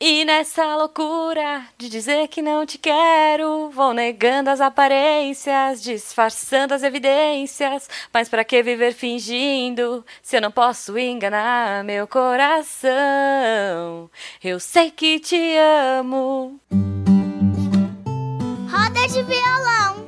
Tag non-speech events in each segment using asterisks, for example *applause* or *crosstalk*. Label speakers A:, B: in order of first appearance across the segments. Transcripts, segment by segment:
A: E nessa loucura de dizer que não te quero, vou negando as aparências, disfarçando as evidências. Mas pra que viver fingindo se eu não posso enganar meu coração? Eu sei que te amo.
B: Roda de violão.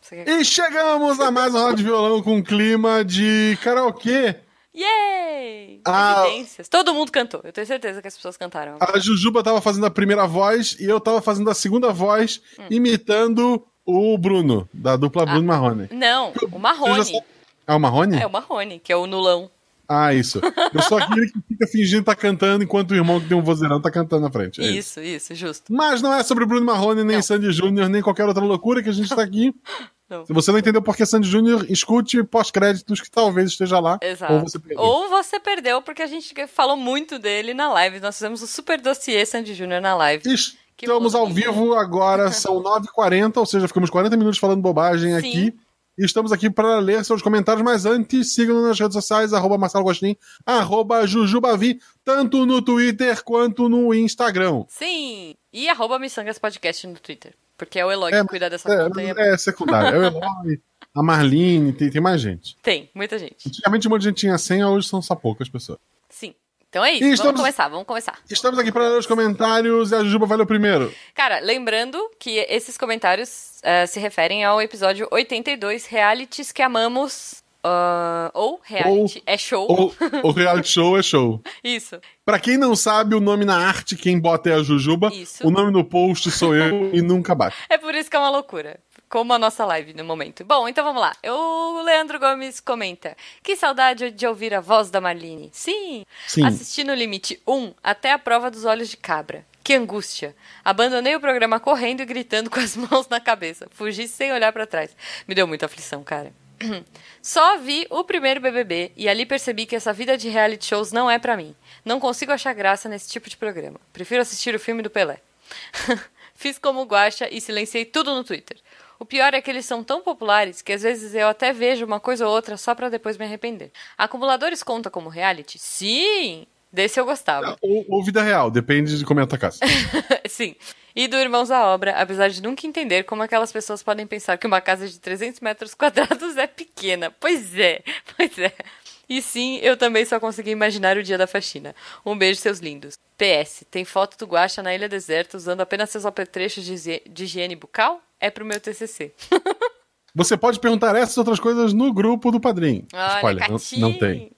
A: Você quer-
C: E chegamos a mais uma roda de violão com clima de karaokê.
A: Yay!
C: Ah.
A: Evidências. Todo mundo cantou. Eu tenho certeza que as pessoas cantaram.
C: A Jujuba tava fazendo a primeira voz e eu tava fazendo a segunda voz, imitando o Bruno, da dupla Bruno Marrone.
A: Não, o
C: Você já
A: Ah, Marrone.
C: sabe- É o Marrone?
A: É o Marrone, que é o nulão.
C: Ah, isso. Eu sou aquele que fica fingindo que tá cantando enquanto o irmão que tem um vozeirão tá cantando na frente. É isso.
A: Isso, isso, justo.
C: Mas não é sobre Bruno Marrone, nem
A: Não.
C: Sandy Júnior, nem qualquer outra loucura que a gente tá aqui.
A: *laughs* Não.
C: Se você não entendeu por que Sandy Júnior, escute pós-créditos que talvez esteja lá.
A: Exato.
C: Ou você perdeu.
A: Ou você perdeu, porque a gente falou muito dele na live. Nós fizemos o super dossiê Sandy Júnior na live. Que
C: Estamos ao
A: bonito.
C: vivo
A: *laughs*
C: agora, são 9h40, ou seja, ficamos 40 minutos falando bobagem aqui. E estamos aqui para ler seus comentários, mas antes sigam nas redes sociais, arroba Marcelo Gostin, arroba Jujubavi, tanto no Twitter quanto no Instagram.
A: Sim! E arroba Missangas Podcast no Twitter. Porque é o Eloy
C: É,
A: que cuida dessa conta. e é-
C: É, é secundário,
A: *laughs*
C: é o Eloy, a Marlene, tem, tem mais gente.
A: Tem, muita gente.
C: Antigamente um monte de gente tinha senha, hoje são só poucas pessoas.
A: Sim. Então é isso.
C: E
A: vamos
C: estamos-
A: começar, vamos começar.
C: Estamos aqui para ler os comentários e a Jujuba vai ler o primeiro.
A: Cara, lembrando que esses comentários eh, se referem ao episódio 82, Realities que Amamos. ah, ou Reality é Show.
C: O, o reality show é show.
A: Isso.
C: Pra quem não sabe, o nome na arte, quem bota é a Jujuba.
A: Isso.
C: O nome no post sou eu e nunca bate.
A: É por isso que é uma loucura. Como a nossa live no momento. Bom, então vamos lá. O Leandro Gomes comenta: Que saudade de ouvir a voz da Marlene. Sim.
C: Sim.
A: Assisti no limite 1 até a prova dos olhos de cabra. Que angústia. Abandonei o programa correndo e gritando *laughs* com as mãos na cabeça. Fugi sem olhar pra trás. Me deu muita aflição, cara. *clears throat* Só vi o primeiro BBB e ali percebi que essa vida de reality shows não é pra mim. Não consigo achar graça nesse tipo de programa. Prefiro assistir o filme do Pelé. *laughs* Fiz como guacha e silenciei tudo no Twitter. O pior é que eles são tão populares que às vezes eu até vejo uma coisa ou outra só pra depois me arrepender. Acumuladores conta como reality? Sim! Desse eu gostava.
C: Ou, ou vida real, depende de como é a tua casa.
A: *laughs* Sim. E do Irmãos à Obra, apesar de nunca entender como aquelas pessoas podem pensar que uma casa de 300 metros quadrados é pequena. Pois é, *laughs* pois é. E sim, eu também só consegui imaginar o dia da faxina. Um beijo, seus lindos. PS, tem foto do Guaxa na Ilha Deserta usando apenas seus apetrechos de higie- de higiene bucal? É pro meu TCC.
C: Você pode perguntar essas e outras coisas no grupo do Padrim.
A: Olha,
C: não,
A: Catim.
C: não tem.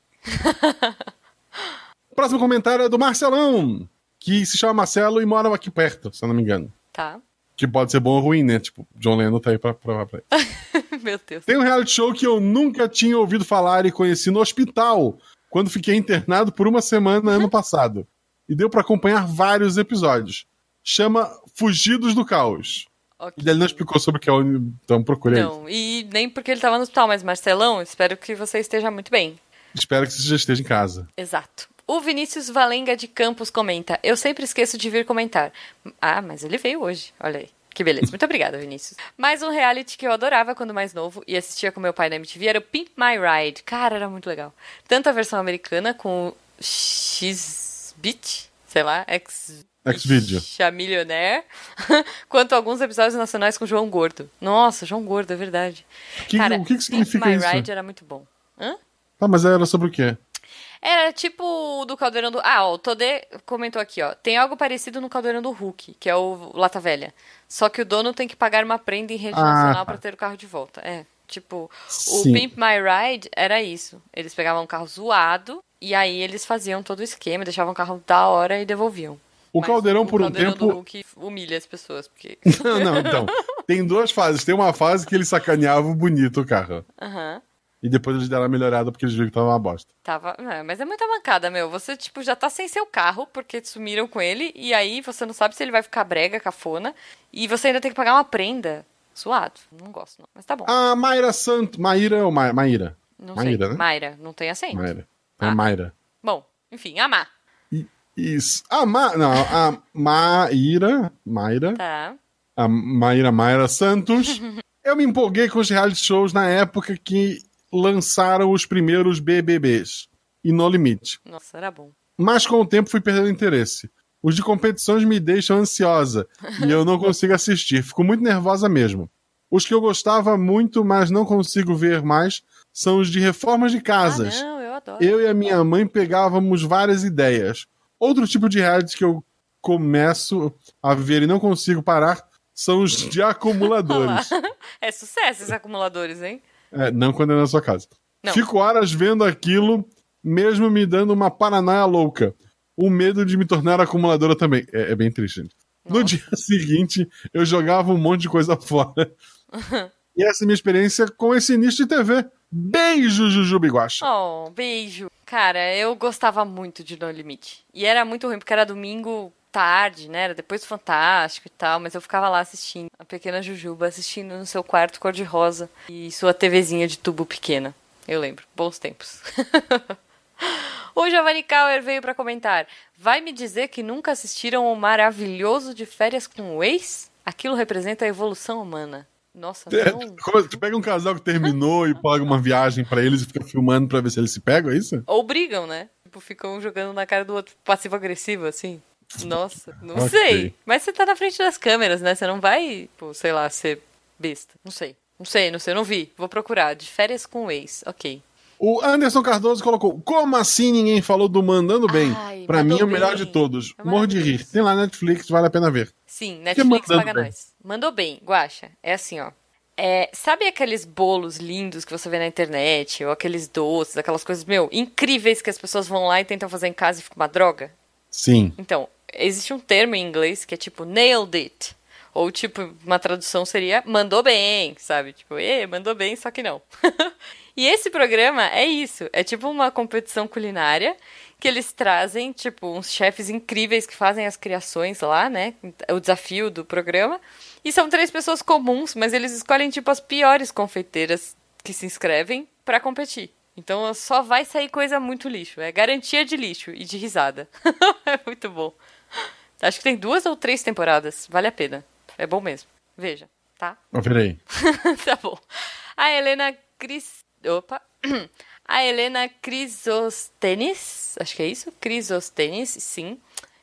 C: Próximo comentário é do Marcelão, que se chama Marcelo e mora aqui perto, se eu não me engano.
A: Tá. *laughs*
C: Que pode ser bom ou ruim, né? Tipo, John Lennon tá aí pra provar pra ele.
A: Meu Deus.
C: Tem um reality show que eu nunca tinha ouvido falar e conheci no hospital, quando fiquei internado por uma semana
A: Uhum.
C: ano passado. E deu pra acompanhar vários episódios. Chama Fugidos do Caos.
A: Ok.
C: E ele não explicou sobre o que é o. Então procure aí.
A: Não, e nem porque ele tava no hospital, mas Marcelão, espero que você esteja muito bem.
C: Espero que você já esteja em casa.
A: Exato. O Vinícius Valenga de Campos comenta: Eu sempre esqueço de vir comentar. Ah, mas ele veio hoje. Olha aí. Que beleza. Muito obrigada, Vinícius. Mais um reality que eu adorava quando mais novo e assistia com meu pai na MTV era o Pimp My Ride. Cara, era muito legal. Tanto a versão americana com o X-Bit, sei lá, X.
C: X-Video.
A: Chamillionaire, *laughs* quanto alguns episódios nacionais com João Gordo. Nossa, João Gordo, é verdade.
C: Que- o que que significa
A: Pimp My
C: isso?
A: Ride era muito bom. Hã?
C: Tá, mas era sobre o quê?
A: Era tipo o do caldeirão do. Ah, ó, o Todê comentou aqui, ó. Tem algo parecido no caldeirão do Hulk, que é o Lata Velha. Só que o dono tem que pagar uma prenda em rede
C: Ah,
A: nacional
C: tá.
A: pra ter o carro de volta. É. Tipo,
C: Sim.
A: o Pimp My Ride era isso. Eles pegavam um carro zoado e aí eles faziam todo o esquema, deixavam o carro da hora e devolviam.
C: O
A: Mas
C: Caldeirão, por
A: o
C: um
A: caldeirão do
C: tempo.
A: Hulk humilha as pessoas, porque.
C: *laughs* Não, não, então. Tem duas fases. Tem uma fase que ele sacaneava o bonito o carro.
A: Aham.
C: E depois eles deram a melhorada porque eles viram que tava uma bosta.
A: Tava, não, mas é muita mancada, meu. Você, tipo, já tá sem seu carro, porque sumiram com ele, e aí você não sabe se ele vai ficar brega, cafona, e você ainda tem que pagar uma prenda. Suado. Não gosto, não. Mas tá bom.
C: A Mayra Santo. Ah, Maíra ou Ma... Maíra?
A: não
C: Maíra,
A: sei.
C: né?
A: Mayra, não tem acento.
C: Mayra. É
A: Ah.
C: Mayra.
A: Bom, enfim, amar.
C: I- Isso. A Ma... Não, a Maíra. Mayra.
A: Tá.
C: A Maíra Mayra Santos. Eu me empolguei com os reality shows na época que lançaram os primeiros BBBs. E No Limite.
A: Nossa, era bom.
C: Mas com o tempo fui perdendo interesse. Os de competições me deixam ansiosa e eu não consigo assistir. Fico muito nervosa mesmo. Os que eu gostava muito, mas não consigo ver mais, são os de reformas de casas.
A: Ah, não, eu adoro.
C: Eu e a minha mãe pegávamos várias ideias. Outro tipo de reality que eu começo a ver e não consigo parar são os de acumuladores.
A: *laughs* É sucesso esses acumuladores, hein?
C: É, não quando é na sua casa.
A: Não.
C: Fico horas vendo aquilo, mesmo me dando uma paranoia louca. O medo de me tornar acumuladora também. É, é bem triste, gente. No dia *laughs* seguinte, eu jogava um monte de coisa fora. e essa é a minha experiência com esse nicho de TV. Beijo, Juju Biguacha.
A: Oh, beijo. Cara, eu gostava muito de No Limite. E era muito ruim, porque era domingo tarde, né? Era depois do Fantástico e tal, mas eu ficava lá assistindo. A pequena Jujuba assistindo no seu quarto cor-de-rosa e sua TVzinha de tubo pequena. Eu lembro. Bons tempos. *laughs* o Giovanni Kauer veio pra comentar. Vai me dizer que nunca assistiram o maravilhoso de férias com o ex? Aquilo representa a evolução humana. Nossa,
C: É,
A: não...
C: como- tu pega um casal que terminou e paga uma viagem pra eles e fica filmando pra ver se eles se pegam, é isso?
A: Ou brigam, né? Tipo, ficam jogando na cara do outro, passivo-agressivo, assim. Nossa, não
C: Ok.
A: sei. Mas você tá na frente das câmeras, né? Você não vai, tipo, sei lá, ser besta. Não sei. Não sei, não sei, não vi. Vou procurar. De férias com o ex. Ok.
C: O Anderson Cardoso colocou: Como assim ninguém falou do Mandando Bem?
A: Ai,
C: pra mim é o
A: Mandou Bem.
C: melhor de todos.
A: É
C: Morro de rir.
A: maravilhoso.
C: Tem lá na Netflix, vale a pena ver.
A: Sim, Netflix
C: mandando
A: paga
C: bem?
A: nós. Mandou bem, Guaxa. É assim, ó. É, sabe aqueles bolos lindos que você vê na internet, ou aqueles doces, aquelas coisas, meu, incríveis que as pessoas vão lá e tentam fazer em casa e fica uma droga?
C: Sim.
A: Então, existe um termo em inglês que é tipo nailed it. Ou, tipo, uma tradução seria mandou bem, sabe? Tipo, ê, mandou bem, só que não. *laughs* e esse programa é isso. É tipo uma competição culinária que eles trazem, tipo, uns chefes incríveis que fazem as criações lá, né? O desafio do programa. E são três pessoas comuns, mas eles escolhem, tipo, as piores confeiteiras que se inscrevem pra competir. Então só vai sair coisa muito lixo. É garantia de lixo e de risada. *laughs* é muito bom. Acho que tem duas ou três temporadas. Vale a pena. É bom mesmo. Veja, tá?
C: Mas peraí.
A: *laughs* tá bom. A Helena Cris. Opa! *clears throat* A Helena Crisostenes, acho que é isso? Crisostenes, sim.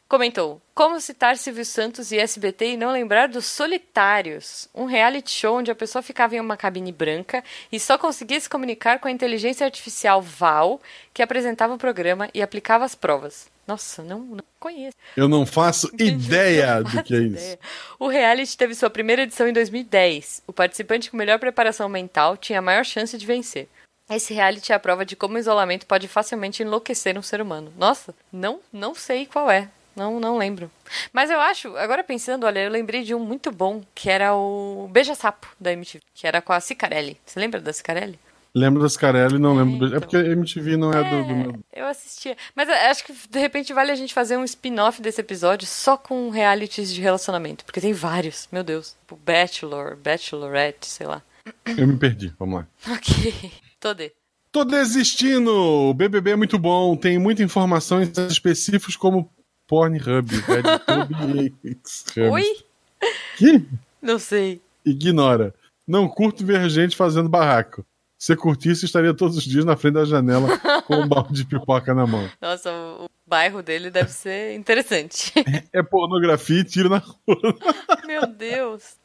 A: Comentou: Como citar Silvio Santos e SBT e não lembrar dos Solitários? Um reality show onde a pessoa ficava em uma cabine branca e só conseguia se comunicar com a inteligência artificial Val, que apresentava o programa e aplicava as provas. Nossa, não, não conheço.
C: Eu não faço *laughs* ideia
A: Não
C: do que
A: faço
C: é isso.
A: ideia. O reality teve sua primeira edição em 2010. O participante com melhor preparação mental tinha a maior chance de vencer. Esse reality é a prova de como o isolamento pode facilmente enlouquecer um ser humano. Nossa, não, não sei qual é. Não, não lembro. Mas eu acho, agora pensando, olha, eu lembrei de um muito bom, que era o Beija Sapo da MTV, que era com a Cicarelli. Você lembra da Cicarelli?
C: Lembro das Carelli, não lembro. do-
A: então.
C: É porque a MTV não é, do, do meu.
A: Eu assistia. Mas eu acho que de repente vale a gente fazer um spin-off desse episódio só com realities de relacionamento. Porque tem vários, meu Deus. Tipo, Bachelor, Bachelorette, sei lá. *laughs*
C: Eu me perdi. Vamos lá.
A: Ok. Tô de.
C: Tô desistindo! O BBB é muito bom, tem muita informação em sites específicos como Pornhub, *laughs* RedTube e Xhub.
A: Oi?
C: Que?
A: Não sei.
C: Ignora. Não curto ver gente fazendo barraco. Se curtisse, estaria todos os dias na frente da janela
A: *laughs*
C: com um balde de pipoca na mão.
A: Nossa, o, o bairro dele deve ser interessante. *laughs*
C: É pornografia e tiro na rua.
A: meu Deus.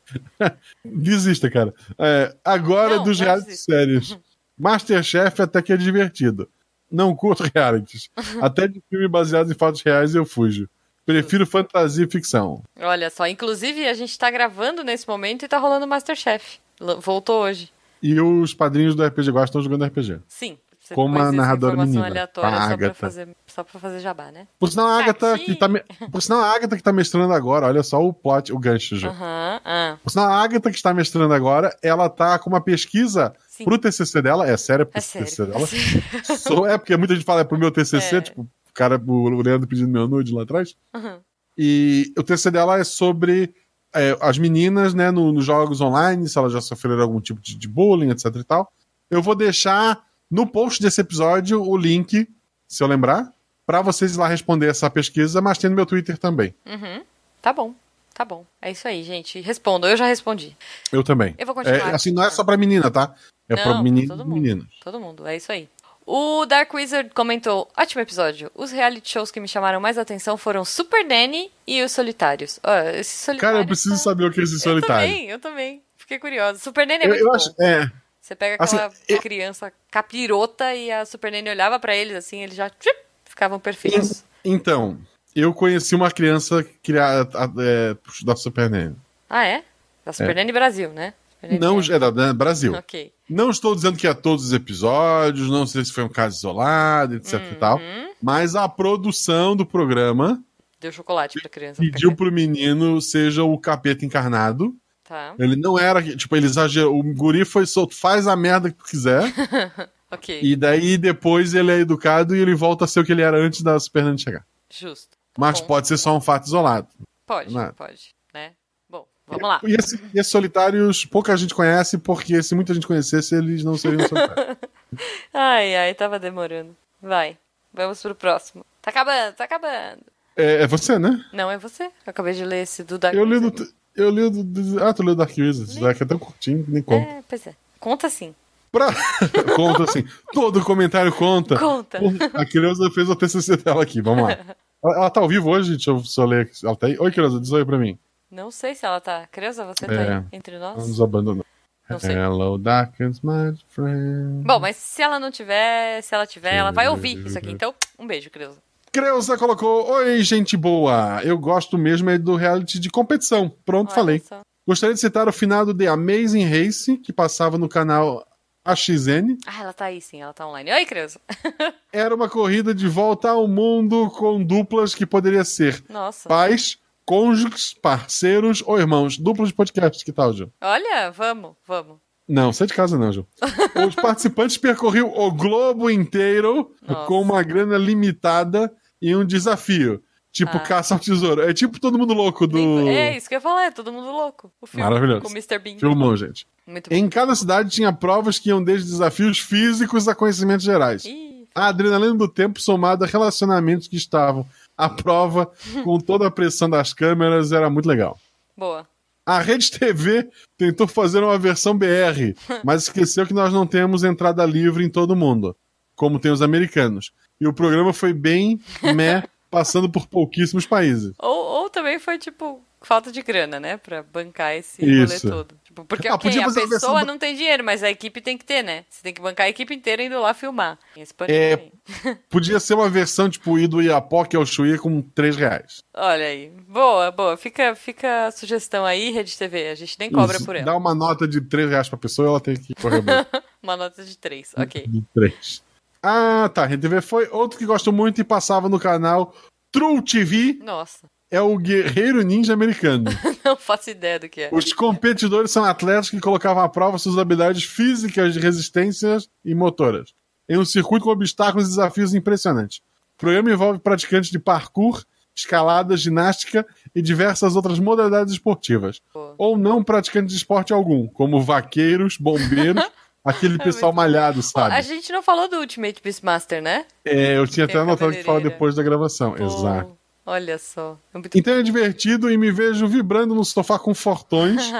C: Desista, cara. É, agora
A: Não,
C: dos
A: não
C: reality
A: desisto.
C: séries. Masterchef até que é divertido. Não curto *laughs* realities. Até de filme baseado em fatos reais eu fujo. Prefiro fantasia e ficção.
A: Olha só, inclusive a gente tá gravando nesse momento e tá rolando Masterchef. L- Voltou hoje.
C: E os padrinhos do RPG Guard estão jogando RPG.
A: Sim. Você
C: Como
A: pôs
C: a
A: essa
C: narradora
A: informação
C: menina, tá.
A: aleatória
C: a
A: só pra,
C: Agatha.
A: fazer, só pra fazer jabá, né?
C: Por sinal, a Agatha
A: Aqui.
C: que tá, me- Por sinal, a Agatha que tá mestrando agora, olha só o plot, o gancho, já.
A: Aham. ah.
C: Por sinal, a Agatha que está mestrando agora, ela tá com uma pesquisa
A: Sim.
C: pro TCC dela, é séria pro
A: É sério. *laughs*
C: TCC dela. Só- é porque muita gente fala é pro meu TCC,
A: É.
C: tipo, o cara, o Leandro pedindo meu nude lá atrás.
A: Aham.
C: E o TCC dela é sobre é, as meninas, né, no- nos jogos online, se elas já sofreram algum tipo de, de bullying, etc e tal. Eu vou deixar no post desse episódio o link, se eu lembrar, pra vocês ir lá responder essa pesquisa, mas tem no meu Twitter também.
A: Uhum. Tá bom, tá bom. É isso aí, gente. Respondo, eu já respondi.
C: Eu também.
A: Eu vou continuar.
C: É, assim, não é só pra menina, tá? É
A: Não,
C: pra menino
A: todo
C: e
A: mundo.
C: meninas.
A: Todo mundo, é isso aí. O Dark Wizard comentou: ótimo episódio. Os reality shows que me chamaram mais atenção foram Super Nanny e os Solitários. Ó, esse solitário
C: Cara, eu preciso
A: tá-
C: saber o que é esse
A: Eu
C: solitário.
A: também, eu também. Fiquei curiosa. Super Nanny é
C: Eu,
A: muito
C: eu
A: bom.
C: acho. É.
A: Você pega aquela
C: Assim, eu-
A: criança capirota e a Super Nanny olhava pra eles assim, eles já tchip, ficavam perfeitos.
C: Então, eu conheci uma criança criada é, da Super Nanny.
A: Ah, é? Da Super Nanny Brasil, né? Super Nanny
C: Não,
A: Brasil.
C: é da, da Brasil.
A: Ok.
C: Não estou dizendo que é todos os episódios, não sei se foi um caso isolado, etc
A: Uhum.
C: e tal. Mas a produção do programa
A: Deu chocolate pra criança.
C: pediu
A: ficar
C: pro menino seja o capeta encarnado.
A: quieta. Tá.
C: Ele não era, tipo, ele exagerou. O guri foi solto, faz a merda que tu
A: *laughs*
C: quiser.
A: Ok.
C: e daí depois ele é educado e ele volta a ser o que ele era antes da Super Nanny chegar.
A: Justo. Tá
C: Mas
A: bom.
C: pode ser só um fato isolado.
A: Pode,
C: né?
A: pode. Né? Bom, vamos lá.
C: E esse- e esses solitários, pouca gente conhece, porque se muita gente conhecesse, eles não seriam solitários.
A: *laughs* Ai, ai, tava demorando. Vai. Vamos pro próximo. Tá acabando, tá acabando.
C: é, é você, né?
A: Não, é você. Eu acabei de ler esse do Dark
C: Eu li
A: Wizard.
C: do. Eu li do- do. Ah, tu leu do Dark Wizards. Dark é tão curtinho, nem conta.
A: É, pois é. Conta sim.
C: Pra- *laughs* conta assim. Todo comentário conta.
A: Conta.
C: Por- A Creuza fez o TCC dela aqui, vamos
A: *laughs*
C: lá. Ela, ela tá ao vivo hoje? Deixa eu só ler. aqui. Ela tá aí? Oi, Creuza, diz oi pra mim.
A: Não sei se ela tá. Creuza, você tá
C: É.
A: aí entre
C: Ela
A: nós?
C: nos abandonou.
A: Não sei.
C: Hello, darkness, my friend.
A: Bom, mas se ela não tiver, se ela tiver, ela vai ouvir isso aqui. Então, um beijo, Creuza.
C: Creuza colocou: Oi, gente boa. Eu gosto mesmo é do reality de competição. Pronto,
A: Olha
C: falei.
A: só.
C: Gostaria de citar o finado de Amazing Race, que passava no canal AXN.
A: Ah, ela tá aí sim, ela tá online. Oi, Creuza.
C: Era uma corrida de volta ao mundo com duplas que poderia ser
A: Nossa.
C: pais, cônjuges, parceiros ou irmãos. Duplas de podcast, que tal, Gil?
A: Olha, vamos, vamos.
C: Não, sai de casa
A: *laughs*
C: não, Gil. Os participantes percorriam o globo inteiro
A: Nossa.
C: com uma grana limitada e um desafio. Tipo,
A: Ah.
C: caça ao tesouro. É tipo todo mundo louco do.
A: É isso que eu ia falar, é todo mundo louco. O filme
C: Maravilhoso.
A: com o Mr. Bean.
C: Filmão, gente.
A: Muito bom.
C: Em cada cidade tinha provas que iam desde desafios físicos a conhecimentos gerais.
A: Ih,
C: A adrenalina do tempo somada a relacionamentos que estavam à prova com toda a pressão das câmeras era muito legal.
A: boa.
C: A Rede TV tentou fazer uma versão BR, mas esqueceu que nós não temos entrada livre em todo mundo, como tem os americanos. E o programa foi bem meh, passando por pouquíssimos países.
A: Ou, ou também foi, tipo, falta de grana, né? Pra bancar esse
C: Isso.
A: rolê todo. Tipo, porque
C: Ah,
A: ok,
C: podia
A: a
C: fazer uma versão
A: pessoa
C: ba-
A: não tem dinheiro, mas a equipe tem que ter, né? Você tem que bancar a equipe inteira indo lá filmar. Tem Esse pânico
C: É.
A: também.
C: Podia ser uma versão tipo ir do Iapó, que é o Chuí, com 3 reais.
A: Olha aí. Boa, boa. Fica, fica a sugestão aí, Rede TV. A gente nem cobra
C: Isso,
A: por ela.
C: Dá um uma nota de 3 reais pra pessoa e ela tem que correr bem.
A: Uma nota de três. Ok.
C: de 3. Ah, tá. RedeTV foi outro que gosto muito e passava no canal True TV.
A: Nossa. *laughs*
C: É o Guerreiro Ninja Americano.
A: Não faço ideia do que é.
C: Os competidores são atletas que colocavam à prova suas habilidades físicas, de resistências e motoras. Em um circuito com obstáculos e desafios impressionantes. O programa envolve praticantes de parkour, escalada, ginástica e diversas outras modalidades esportivas.
A: Boa.
C: Ou não praticantes de esporte algum, como vaqueiros, bombeiros, aquele pessoal malhado, sabe?
A: A gente não falou do Ultimate Beastmaster, né?
C: É, eu tinha
A: Que é
C: até anotado que fala
A: cabeleireira.
C: depois da gravação.
A: Pô,
C: Exato.
A: Olha só. É muito-
C: Então é divertido e me vejo vibrando no sofá
A: *laughs*
C: com fortões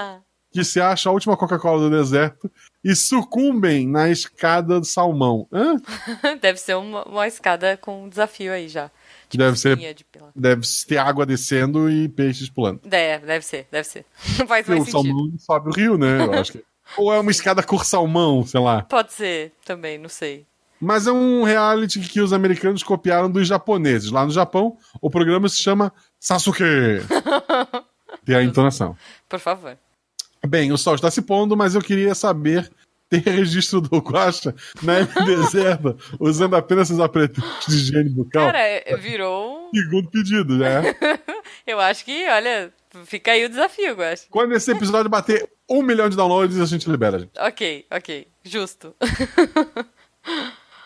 C: que se acha a última Coca-Cola do deserto e sucumbem na escada do salmão. Hã?
A: *laughs* Deve ser uma, uma escada com um desafio aí já. Tipo
C: Deve ser-
A: espinha de pila-
C: Deve ter água descendo e peixes pulando.
A: É, deve ser, deve ser. *laughs* Não faz
C: Porque
A: mais
C: o
A: sentido.
C: salmão não sobe o rio, né? Eu
A: *laughs*
C: acho que- Ou é uma escada cor salmão, sei lá.
A: Pode ser também, não sei.
C: Mas é um reality que os americanos copiaram dos japoneses. Lá no Japão, o programa se chama Sasuke.
A: *laughs*
C: Tem a entonação.
A: Por favor.
C: Bem, o sol está se pondo, mas eu queria saber ter registro do Guaxa na *laughs* MDZ, erva, usando apenas seus apetrechos de higiene bucal.
A: Cara, é- virou um.
C: Segundo pedido, né?
A: Eu acho que, olha, fica aí o desafio, eu acho.
C: Quando esse episódio bater um milhão de downloads, a gente libera, gente.
A: Ok, ok. Justo. *laughs*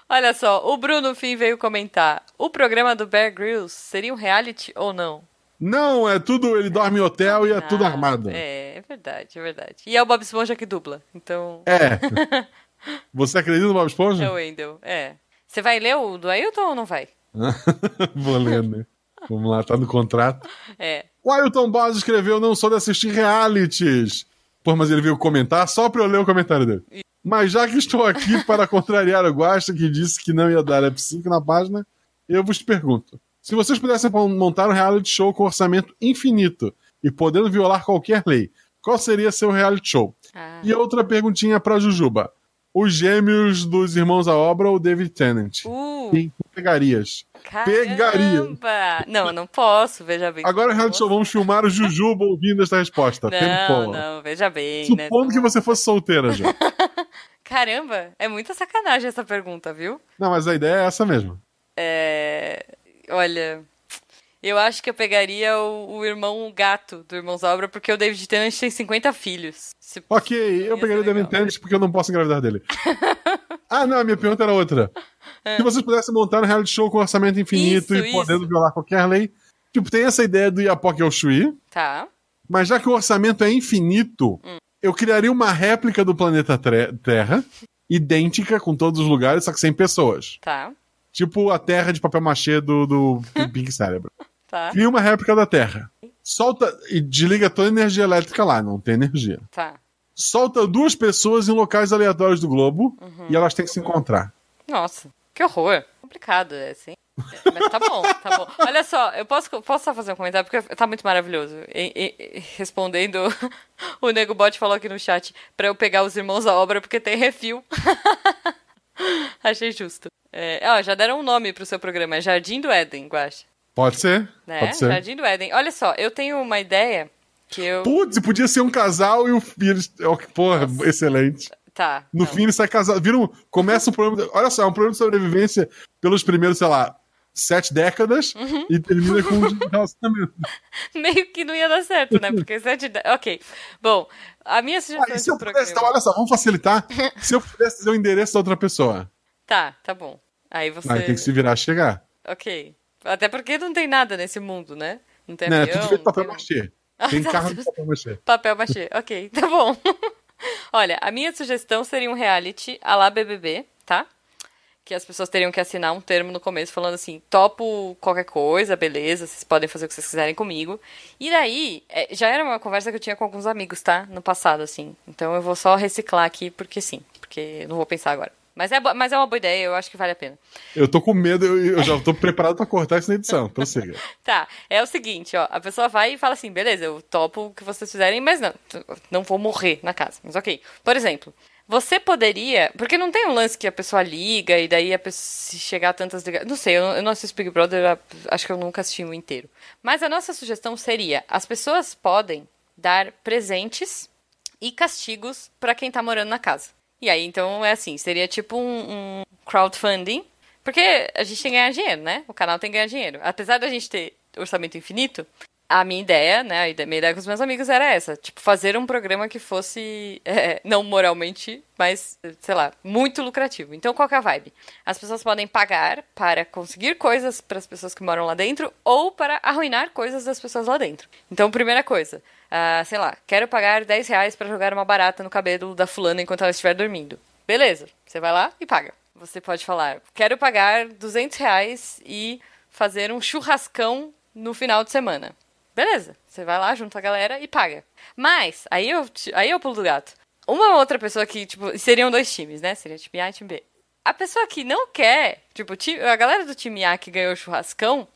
A: Olha só, o Bruno Fim veio comentar. O programa do Bear Grylls seria um reality ou não?
C: Não, é tudo. Ele dorme em hotel e é tudo
A: Ah,
C: armado. É.
A: É, é verdade, é verdade. E é o Bob Esponja que dubla, então
C: É. Você acredita no Bob
A: é o
C: Esponja?
A: Wendell. É. Você vai ler o do Ailton ou não vai?
C: *laughs* Vou ler, né? Vamos lá, tá no contrato.
A: É.
C: O Ailton Boss escreveu: Não sou de assistir realities. Pô, mas ele veio comentar só pra eu ler o comentário dele. Mas já que estou aqui *laughs* para contrariar o Guasta, que disse que não ia dar up 5 na página, eu vos pergunto: se vocês pudessem montar um reality show com orçamento infinito e podendo violar qualquer lei, qual seria seu reality show?
A: Ah.
C: E outra perguntinha para Jujuba: os gêmeos dos Irmãos à Obra ou David Tennant?
A: Uh,
C: Quem tu pegarias? Pegaria.
A: caramba! Não, eu não posso, veja bem.
C: Agora, reality show, vamos filmar o Jujuba ouvindo esta resposta.
A: Não,
C: Tempo.
A: não, veja bem, né?
C: Supondo que
A: Não-
C: você fosse solteira já.
A: *laughs* Caramba, é muita sacanagem essa pergunta, viu?
C: Não, mas a ideia é essa mesmo.
A: É, Olha, eu acho que eu pegaria o, o irmão gato do Irmãos à Obra, porque o David Tennant tem 50 filhos. Se-
C: Ok,
A: Ia
C: eu pegaria o
A: ser
C: David
A: é legal.
C: Tennant porque eu não posso engravidar
A: *laughs*
C: dele. ah, não, a minha pergunta era outra. Se vocês pudessem montar um reality show com orçamento infinito
A: É. Isso,
C: e podendo
A: isso.
C: violar qualquer lei, tipo, tem essa ideia do Iapoque ao Shui,
A: Tá.
C: mas já que o orçamento é infinito,
A: Hum.
C: eu criaria uma réplica do planeta tre- Terra, idêntica com todos os lugares, só que sem pessoas.
A: Tá,
C: Tipo a Terra de papel machê
A: *laughs*
C: do, do Pink Cérebro.
A: tá,
C: Cria uma réplica da Terra. Solta e desliga toda a energia elétrica lá, não tem energia.
A: tá.
C: Solta duas pessoas em locais aleatórios do globo
A: Uhum.
C: e elas têm que se encontrar.
A: Nossa, que horror. Complicado, é assim. É, Mas tá bom, tá *laughs* bom. Olha só, eu posso, posso só fazer um comentário, porque tá muito maravilhoso. E- e- e- respondendo, *laughs* o Nego Bot falou aqui no chat pra eu pegar os irmãos à obra porque tem refil. *laughs* Achei justo. É, ó, já deram um nome pro seu programa, é Jardim do Éden, Guaxa.
C: Pode ser?
A: Né?
C: Pode ser.
A: Jardim do Éden. Olha só, eu tenho uma ideia que eu.
C: Putz, e podia ser um casal e o filho. Porra, excelente.
A: Tá.
C: No
A: não.
C: fim, ele sai casado. Vira um, começa um programa. Olha só, é um programa de sobrevivência pelos primeiros, sei lá, sete décadas
A: Uhum.
C: e termina com
A: *laughs*
C: um relacionamento.
A: *laughs* Meio que não ia dar certo, né? Porque sete. da- Ok. Bom, a minha sugestão.
C: Ah, e
A: de
C: se eu
A: programa-
C: pudesse, então, olha só,
A: *laughs*
C: vamos facilitar. Se eu pudesse dizer o endereço da outra pessoa,
A: Tá, tá bom. Aí você.
C: aí tem que se virar a chegar.
A: Ok. Até porque não tem nada nesse mundo, né? Não tem
C: Né, é
A: avião,
C: tudo feito
A: não
C: de papel
A: tem- *laughs*
C: machê. Tem carro de papel machê.
A: Papel machê. Ok, *laughs* tá bom. Olha, a minha sugestão seria um reality à la BBB, tá? Que as pessoas teriam que assinar um termo no começo falando assim, topo qualquer coisa, beleza, vocês podem fazer o que vocês quiserem comigo. E daí, é, já era uma conversa que eu tinha com alguns amigos, tá? No passado, assim. Então eu vou só reciclar aqui, porque sim. Porque eu não vou pensar agora. Mas é, bo- mas é uma boa ideia, eu acho que vale a pena.
C: Eu tô com medo, eu, eu já tô preparado pra cortar isso na edição. então Prossiga.
A: Tá, é o seguinte, ó, a pessoa vai e fala assim, beleza, eu topo o que vocês fizerem, mas não, t- não vou morrer na casa, mas ok. Por exemplo, você poderia, porque não tem um lance que a pessoa liga e daí a pessoa, se chegar a tantas ligações, não sei, eu não, eu não assisto Big Brother, a- acho que eu nunca assisti um inteiro. Mas a nossa sugestão seria, as pessoas podem dar presentes e castigos pra quem tá morando na casa. E aí, então, é assim, seria tipo um, um crowdfunding, porque a gente tem que ganhar dinheiro, né? O canal tem que ganhar dinheiro. Apesar da gente ter orçamento infinito, a minha ideia, né, a ide- minha ideia com os meus amigos era essa, tipo, fazer um programa que fosse, *laughs* eh, não moralmente, mas, sei lá, muito lucrativo. Então, qual que é a vibe? As pessoas podem pagar para conseguir coisas para as pessoas que moram lá dentro ou para arruinar coisas das pessoas lá dentro. Então, primeira coisa, ah, sei lá, quero pagar 10 reais para jogar uma barata no cabelo da fulana enquanto ela estiver dormindo. Beleza, você vai lá e paga. Você pode falar, quero pagar 200 reais e fazer um churrascão no final de semana. Beleza, você vai lá, junta a galera e paga. Mas, aí eu, te- aí eu pulo do gato. Uma outra pessoa que, tipo, seriam dois times, né? Seria time A e time B. A pessoa que não quer, tipo, o ti- a galera do time A que ganhou o churrascão,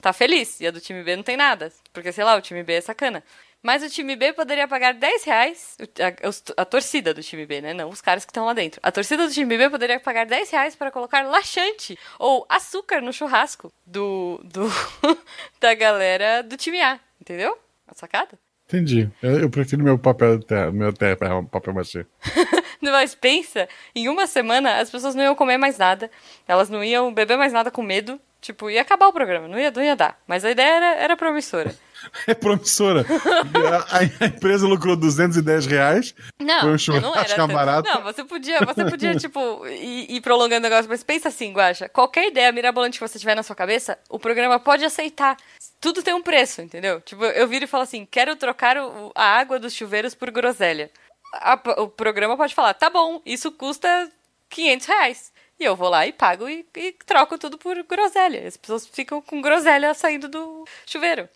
A: tá feliz. E a do time B não tem nada. Porque, sei lá, o time B é sacana. Mas o time B poderia pagar 10 reais. o- A, os- a torcida do time B, né? Não os caras que estão lá dentro. A torcida do time B poderia pagar 10 reais para colocar laxante ou açúcar no churrasco do, do *laughs* da galera do time A. Entendeu? A sacada? *laughs*
C: Entendi. Eu, eu prefiro meu papel terra, meu terra, papel machê.
A: Mas pensa, em uma semana as pessoas não iam comer mais nada, elas não iam beber mais nada com medo, tipo, ia acabar o programa, não ia, não ia dar. Mas a ideia era, era promissora.
C: É promissora. a, a- a empresa lucrou 210 reais. Foi um
A: Não, não
C: churrasco
A: era. tanto.
C: barato.
A: Não, você podia, você podia tipo, ir, ir prolongando o negócio, mas pensa assim, Guaxa, qualquer ideia mirabolante que você tiver na sua cabeça, o programa pode aceitar. Tudo tem um preço, entendeu? Tipo, eu viro e falo assim, quero trocar o- a água dos chuveiros por groselha. A- o programa pode falar, tá bom, isso custa 500 reais. E eu vou lá e pago e, e troco tudo por groselha. As pessoas ficam com groselha saindo do chuveiro.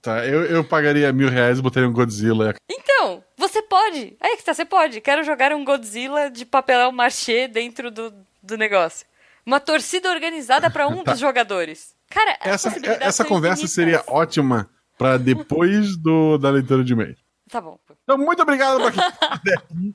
C: Tá, eu, eu pagaria mil reais e botaria um Godzilla.
A: Então, você pode. Aí que tá, você pode. Quero jogar um Godzilla de papelão machê dentro do, do negócio. Uma torcida organizada pra
C: *laughs*
A: um
C: Tá.
A: dos jogadores. Cara, as
C: Essa, é,
A: possibilidades
C: essa
A: são
C: conversa
A: infinitas.
C: seria ótima pra depois do, da leitura de e-mail.
A: Tá bom.
C: Então, muito obrigado pra quem tá
A: *laughs*
C: até aqui.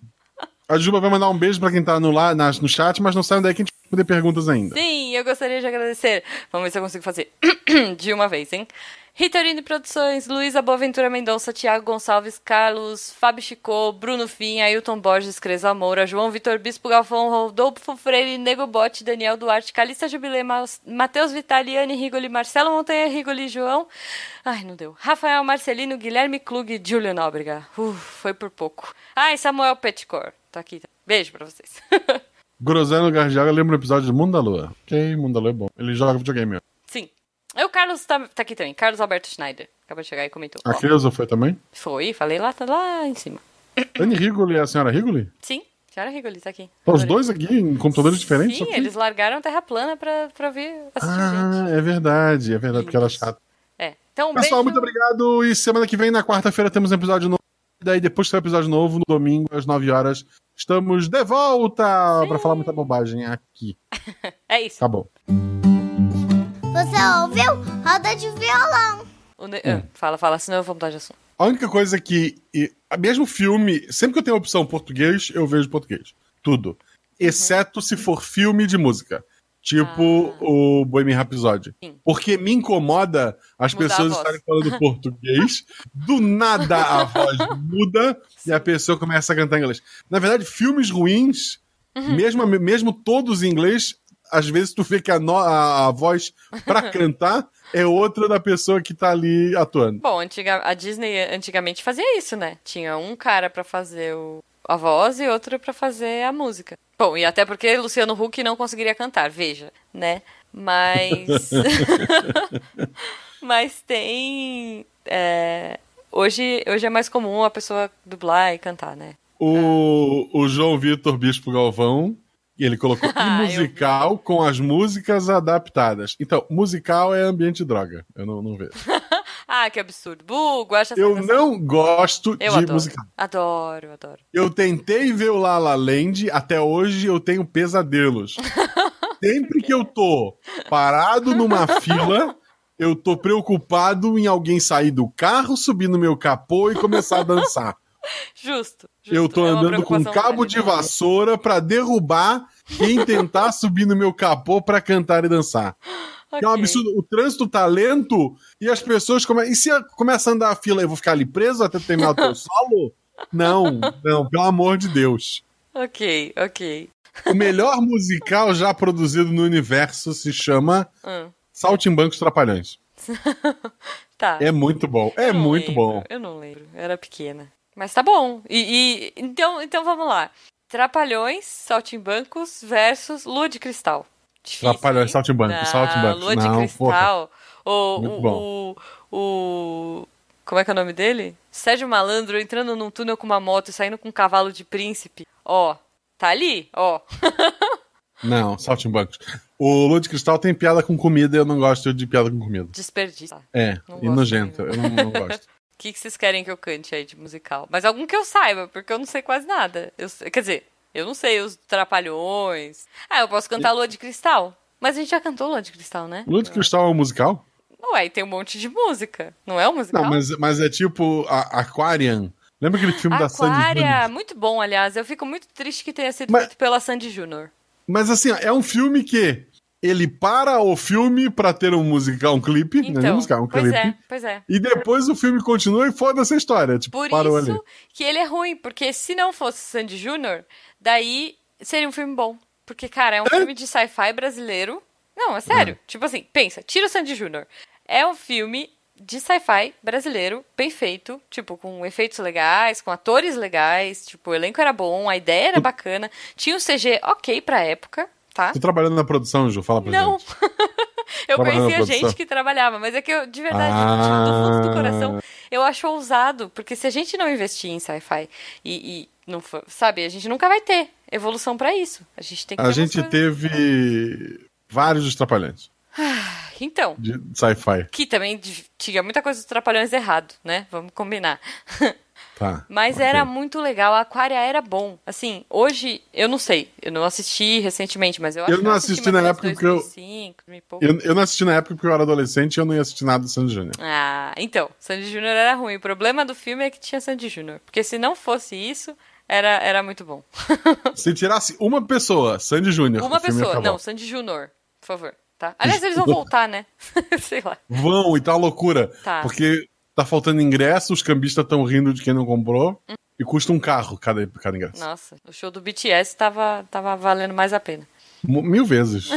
C: A Juba vai mandar um beijo pra quem tá no, lá, nas- no chat, mas não saiam daí que a gente vai poder perguntas ainda.
A: Sim, eu gostaria de agradecer. Vamos ver se eu consigo fazer *clears throat* de uma vez, hein? Ritorino Produções, Luísa Boaventura Mendonça, Tiago Gonçalves, Carlos, Fábio Chicô, Bruno Fim, Ailton Borges, Cresa Moura, João Vitor Bispo Galvão, Rodolfo Freire, Nego Bote, Daniel Duarte, Calista Jubilê, Maus- Matheus Vitaliane Rigoli, Marcelo Montanha Rigoli, João. Ai, não deu. Rafael Marcelino, Guilherme Klug, Júlio Nóbrega. Uf, foi por pouco. Ai, Samuel Petcor. Tá aqui. tá? Beijo pra vocês. *laughs*
C: Grosano Gardiaga lembra o episódio do Mundo da Lua. Ok, Mundo da Lua é bom. Ele joga videogame. ó.
A: Sim. E o Carlos tá, tá aqui também, Carlos Alberto Schneider. Acabou de chegar e comentou.
C: A
A: Ó,
C: Creuza foi também?
A: foi, falei lá, tá lá em cima.
C: Anne Rigoli e a senhora Rigoli?
A: Sim, senhora Rigoli tá aqui.
C: Tá os
A: Adorei.
C: dois aqui em computadores diferentes?
A: Sim,
C: ok?
A: eles largaram a Terra Plana pra, pra vir assistir gente.
C: Ah, é verdade, é verdade, porque ela é chata.
A: É, então um
C: Pessoal,
A: beijo.
C: muito obrigado. E semana que vem, na quarta-feira, temos um episódio novo. E daí, depois tem um episódio novo, no domingo, às 9 horas. Estamos de volta pra falar muita bobagem aqui.
A: É isso.
C: Tá bom.
B: Você ouviu? Roda de violão.
A: O ne-
C: Hum.
A: ah, Fala, fala, senão eu vou mudar de assunto.
C: A única coisa que. E, mesmo filme, sempre que eu tenho a opção português, eu vejo português.
A: Uhum.
C: Tudo. Exceto se for filme de música. Tipo o Bohemian Rhapsody.
A: Ah. Sim.
C: Porque me incomoda as
A: Mudar a
C: pessoas
A: voz.
C: estarem
A: *laughs*
C: falando português, do nada a voz
A: *laughs*
C: muda e a pessoa começa a cantar em inglês. Na verdade, filmes ruins,
A: Uhum.
C: mesmo, mesmo todos em inglês, às vezes tu vê que a, no- a- a voz
A: *laughs*
C: pra cantar é outra da pessoa que tá ali atuando.
A: Bom, antiga... a Disney antigamente fazia isso, né? Tinha um cara pra fazer o... a voz e outro pra fazer a música. Bom, e até porque Luciano Huck não conseguiria cantar, veja, né?
C: *laughs*
A: Mas. *laughs* Mas tem. é, Hoje, hoje é mais comum a pessoa dublar e cantar, né?
C: O, o João Vitor Bispo Galvão, e ele colocou
A: *laughs* Ah,
C: e musical com as músicas adaptadas. Então, musical é ambiente droga. Eu não,
A: *laughs*
C: não vejo.
A: Ah, que absurdo. Bugo, acha essa
C: Eu
A: sensação-
C: não gosto de
A: Eu adoro.
C: musical.
A: Adoro, adoro.
C: Eu tentei ver o La La Land, até hoje eu tenho pesadelos.
A: *laughs*
C: Sempre que eu tô parado numa fila, eu tô preocupado em alguém sair do carro, subir no meu capô e começar a dançar.
A: Justo. justo.
C: Eu tô
A: É uma
C: andando com um
A: preocupação
C: cabo de
A: válida.
C: vassoura pra derrubar
A: *laughs*
C: quem tentar subir no meu capô pra cantar e dançar. É um
A: Ok.
C: absurdo. O trânsito tá lento e as pessoas começam. E se eu- começa a andar a fila, eu vou ficar ali preso até terminar
A: *laughs*
C: o teu solo? Não, não, pelo amor de Deus.
A: Ok, ok.
C: O melhor musical já produzido no universo se chama
A: Hum.
C: Saltimbancos Trapalhões.
A: *laughs* Tá.
C: É muito bom, é
A: Eu não
C: muito
A: lembro,
C: bom.
A: Eu não lembro, eu era pequena. Mas tá bom. E, e- então, então vamos lá. Trapalhões, Saltimbancos versus Lua de Cristal. Difícil,
C: Trapalhões,
A: hein?
C: Saltimbancos,
A: Ah,
C: Saltimbancos.
A: Lua de
C: Não,
A: Cristal.
C: Muito
A: O,
C: bom.
A: o, o, o- Como é que é o nome dele? Sérgio Malandro entrando num túnel com uma moto e saindo com um cavalo de príncipe. Ó, tá ali? Ó.
C: Não, Saltimbancos. O Lua de Cristal tem piada com comida e eu não gosto de piada com comida.
A: Desperdício. Tá.
C: É,
A: Não
C: e
A: gosto
C: nojento.
A: também,
C: Eu não, não gosto.
A: O que, que vocês querem que eu cante aí de musical? Mas algum que eu saiba, porque eu não sei quase nada. Eu sei- quer dizer, eu não sei os trapalhões. Ah, eu posso cantar Lua de Cristal. Mas a gente já cantou Lua de Cristal, né?
C: Lua de Cristal é um musical?
A: Ué, e tem um monte de música. Não é um musical?
C: Não, mas, mas é tipo a, Aquarian. Lembra aquele filme da Sandy
A: Aquária,
C: Júnior?
A: muito bom, aliás. Eu fico muito triste que tenha sido
C: Mas-
A: feito pela Sandy Júnior.
C: Mas assim, ó, é um filme que ele para o filme pra ter um musical, um clipe. não é nem
A: Então,
C: musical, é um
A: pois
C: clipe.
A: é, pois é.
C: E depois o filme continua e foda essa história. Tipo,
A: Por
C: parou
A: isso
C: ali.
A: que ele é ruim, porque se não fosse Sandy Júnior, daí seria um filme bom. Porque, cara, é um filme de sci-fi brasileiro. Não, é sério. Tipo assim, pensa, tira o Sandy Júnior. É um filme de sci-fi brasileiro, bem feito, tipo, com efeitos legais, com atores legais, tipo, o elenco era bom, a ideia
C: Hum.
A: era bacana, tinha um CG ok pra época, tá?
C: Tô trabalhando na produção, Ju, fala pra
A: Não. é
C: gente.
A: *laughs* eu
C: Trabalhava na
A: conhecia
C: produção.
A: gente que trabalhava, mas é que eu, de verdade, do- do fundo do
C: Ah.
A: coração, eu acho ousado, porque se a gente não investir em sci-fi e, e não for, sabe, a gente nunca vai ter evolução pra isso. A gente tem que
C: A
A: ter umas
C: gente
A: coisas-
C: teve vários dos Trapalhões.
A: Então.
C: De sci-fi.
A: Que também tinha muita coisa dos Trapalhões errado, né? Vamos combinar. *laughs*
C: Tá.
A: Mas
C: ok.
A: era muito legal, a Aquária era bom. Assim, hoje, eu não sei, eu não assisti recentemente, mas eu acho
C: Eu não
A: que
C: assisti na
A: mais ou
C: época
A: menos
C: que eu-
A: 2005, me pouco.
C: Eu, eu não assisti na época porque eu era adolescente e eu não ia assistir nada do Sandy Júnior.
A: Ah, então, Sandy Júnior era ruim. O problema do filme é que tinha Sandy Júnior. Porque se não fosse isso, era, era muito
C: *laughs*
A: bom.
C: Se tirasse uma pessoa, Sandy Júnior,
A: Uma
C: o filme ia
A: pessoa.
C: acabar.
A: Não, Sandy Júnior, por favor. Tá? Aliás, eles vão voltar, né? *laughs* Sei lá.
C: Vão e tá uma loucura.
A: Tá.
C: Porque tá faltando ingresso, os cambistas estão rindo de quem não comprou. E custa um carro cada, cada ingresso.
A: Nossa, o show do BTS tava, tava valendo mais a pena.
C: Mu- Mil vezes.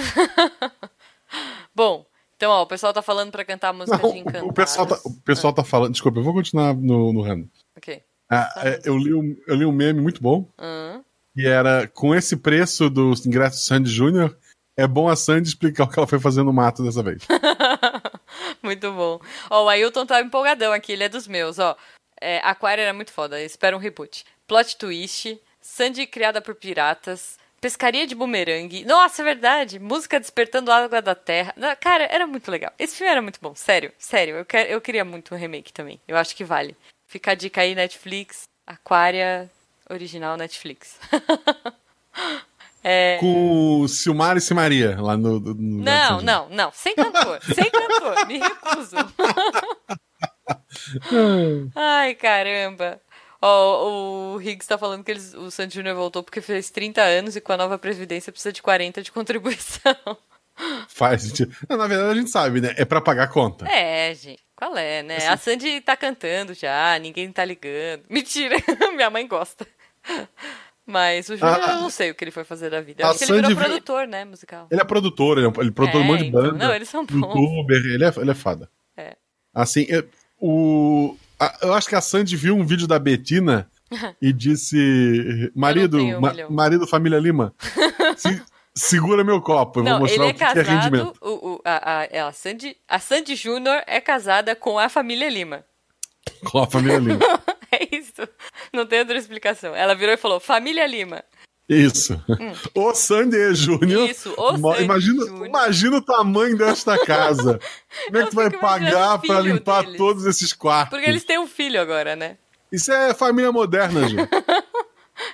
A: Bom, então, ó, o pessoal tá falando pra cantar a música
C: Não,
A: de Encantados.
C: o, o pessoal tá, o pessoal tá falando. Desculpa, eu vou continuar no, no ramo.
A: Ok.
C: Ah, é, eu, li um, eu li um meme muito bom.
A: Hum.
C: E era com esse preço do ingresso do Sandy Júnior. É bom a Sandy explicar o que ela foi fazer no mato
A: *laughs*
C: dessa vez.
A: muito bom. Ó, o Ailton tá empolgadão aqui, ele é dos meus, ó. É, Aquário era muito foda, espera um reboot. Plot twist, Sandy criada por piratas, pescaria de bumerangue. Nossa, é verdade, música despertando a água da terra. Na- Cara, era muito legal. Esse filme era muito bom, sério, sério. Eu, quero, eu queria muito um remake também, eu acho que vale. Fica a dica aí, Netflix, Aquária, original Netflix. *laughs* é...
C: Com o Silmar e Simaria lá no. no- no-
A: Não,
C: no-
A: não, não. Sem cantor. sem cantor. Me recuso. Ai, caramba. Ó, o Higgs tá falando que eles, o Sandy Júnior voltou porque fez 30 anos e com a nova previdência precisa de 40 de contribuição. *laughs*
C: Faz sentido. Não, na verdade, a gente sabe, né? É pra pagar a conta.
A: É, gente. Qual é, né? A Sandy tá cantando já, ninguém tá ligando. Mentira, *laughs* minha mãe gosta. Mas o Júnior,
C: Ah,
A: eu não sei o que ele foi fazer da vida.
C: a
A: Acho que ele virou
C: Sandy vi-
A: produtor, né, musical.
C: Ele é produtor, ele é, um- ele é produtor de um
A: É,
C: monte de
A: então.
C: banda.
A: Não, eles são bons.
C: Youtuber, ele é, ele é fada.
A: É.
C: Assim, eu, o, a- eu acho que a Sandy viu um vídeo da Betina
A: *laughs*
C: e disse: Marido,
A: tenho um
C: ma-
A: milhão."
C: marido Família
A: *laughs*
C: Lima, se- segura meu copo, eu vou
A: Não, ele
C: mostrar
A: é
C: o que, que é
A: casado.
C: rendimento.
A: O, o- a, a, é, a Sandy, a Sandy Júnior é casada com a família Lima. *laughs*
C: Com a Família Lima.
A: É isso. Não tem outra explicação. Ela virou e falou: Família Lima.
C: Isso. O Sandy Júnior.
A: Hum. Isso, o
C: Mo-
A: Sandy
C: imagina,
A: Júnior.
C: imagina o tamanho desta casa. Como é
A: Eu
C: que tu vai
A: fico imaginando
C: pagar
A: o
C: pra
A: filho
C: limpar
A: deles.
C: todos esses quartos?
A: Porque eles têm um filho agora, né?
C: Isso é família moderna, gente.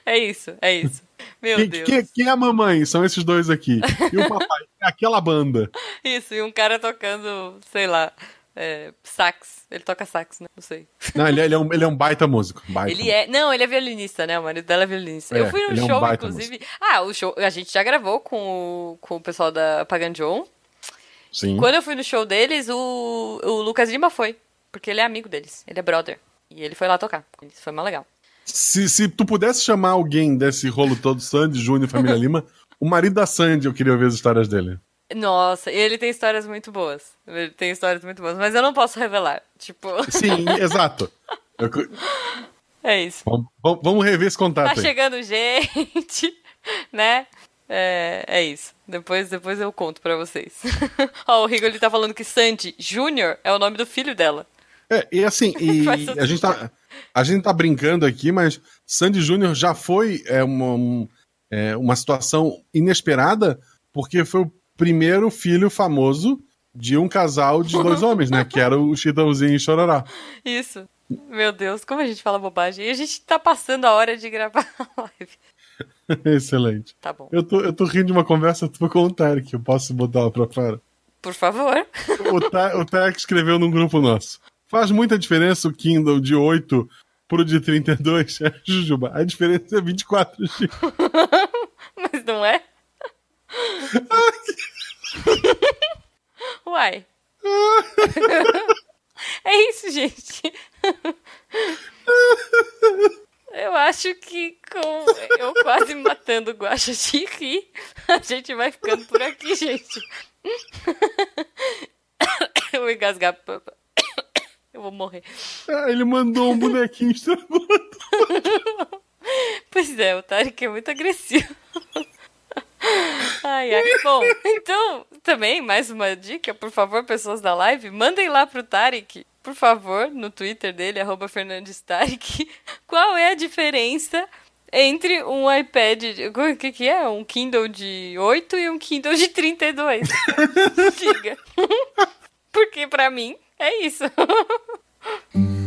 A: É isso, é isso.
C: *laughs*
A: Meu
C: Quem,
A: Deus.
C: quem- quem é a mamãe? São esses dois aqui. E o papai, é aquela banda.
A: Isso, e um cara tocando, sei lá, é, sax. Ele toca sax, né? Não sei.
C: Não, ele é, ele é um, ele é um baita músico. baita
A: Ele é. Não, ele é violinista, né? O marido dela é violinista.
C: É,
A: eu fui
C: ele é
A: num
C: um
A: show,
C: baita
A: inclusive. Ah, o show. A gente já gravou com o, com o pessoal da Pagan John.
C: músico. Sim.
A: Quando eu fui no show deles, o, o Lucas Lima foi. Porque ele é amigo deles. Ele é brother. E ele foi lá tocar. Isso foi mó legal.
C: Se, se tu pudesse chamar alguém desse rolo todo, Sandy, Júnior, Família Lima, o marido da Sandy, eu queria ouvir as histórias dele.
A: Nossa, e ele tem histórias muito boas. Ele tem histórias muito boas. Mas eu não posso revelar. Tipo,
C: Sim, *laughs* exato. Eu cu-
A: é isso.
C: vamos, vamos- vamos rever esse
A: Tá
C: contato aí.
A: chegando gente, *laughs* né? É, é isso. Depois, depois eu conto pra vocês. *laughs* Ó, o Rigoli tá falando que Sandy Júnior é o nome do filho dela.
C: É, e assim,
A: *laughs*
C: e
A: Faz todo
C: a gente, tá, a gente tá brincando aqui, mas Sandy Júnior já foi é, uma, um- é, uma situação inesperada, porque foi o primeiro filho famoso de um casal de
A: *laughs*
C: dois homens, né? Que era o Chitãozinho e Chororó. *laughs*
A: Isso. Meu Deus, como a gente fala bobagem. E a gente tá passando a hora de gravar *laughs* a live.
C: Excelente.
A: Tá bom.
C: Eu tô, eu tô rindo de uma conversa tua com o Tarek, eu posso botar ela pra fora.
A: Por favor.
C: O, Ta- o Tarek escreveu num grupo nosso. Faz muita diferença o Kindle de 8 pro de *laughs* 32, Jujuba. A diferença é 24 GB.
A: *laughs* Mas não é? Uai. *laughs* é isso, gente. *laughs* Eu acho que com eu quase matando o Guaxa de rir, a gente vai ficando por aqui, gente. *laughs* Eu vou engasgar. Eu vou morrer.
C: Ah, ele mandou um bonequinho estragou.
A: Pois é, o Tarek é muito agressivo. Ai, ai. Bom, então, também, mais uma dica, por favor, pessoas da live, mandem lá pro Tarek, por favor, no Twitter dele, arroba Fernandes Tarek, qual é a diferença entre um iPad, de- o que que é? Um Kindle de 8 e um Kindle de 32 giga. Porque pra mim é isso.
B: tá, Um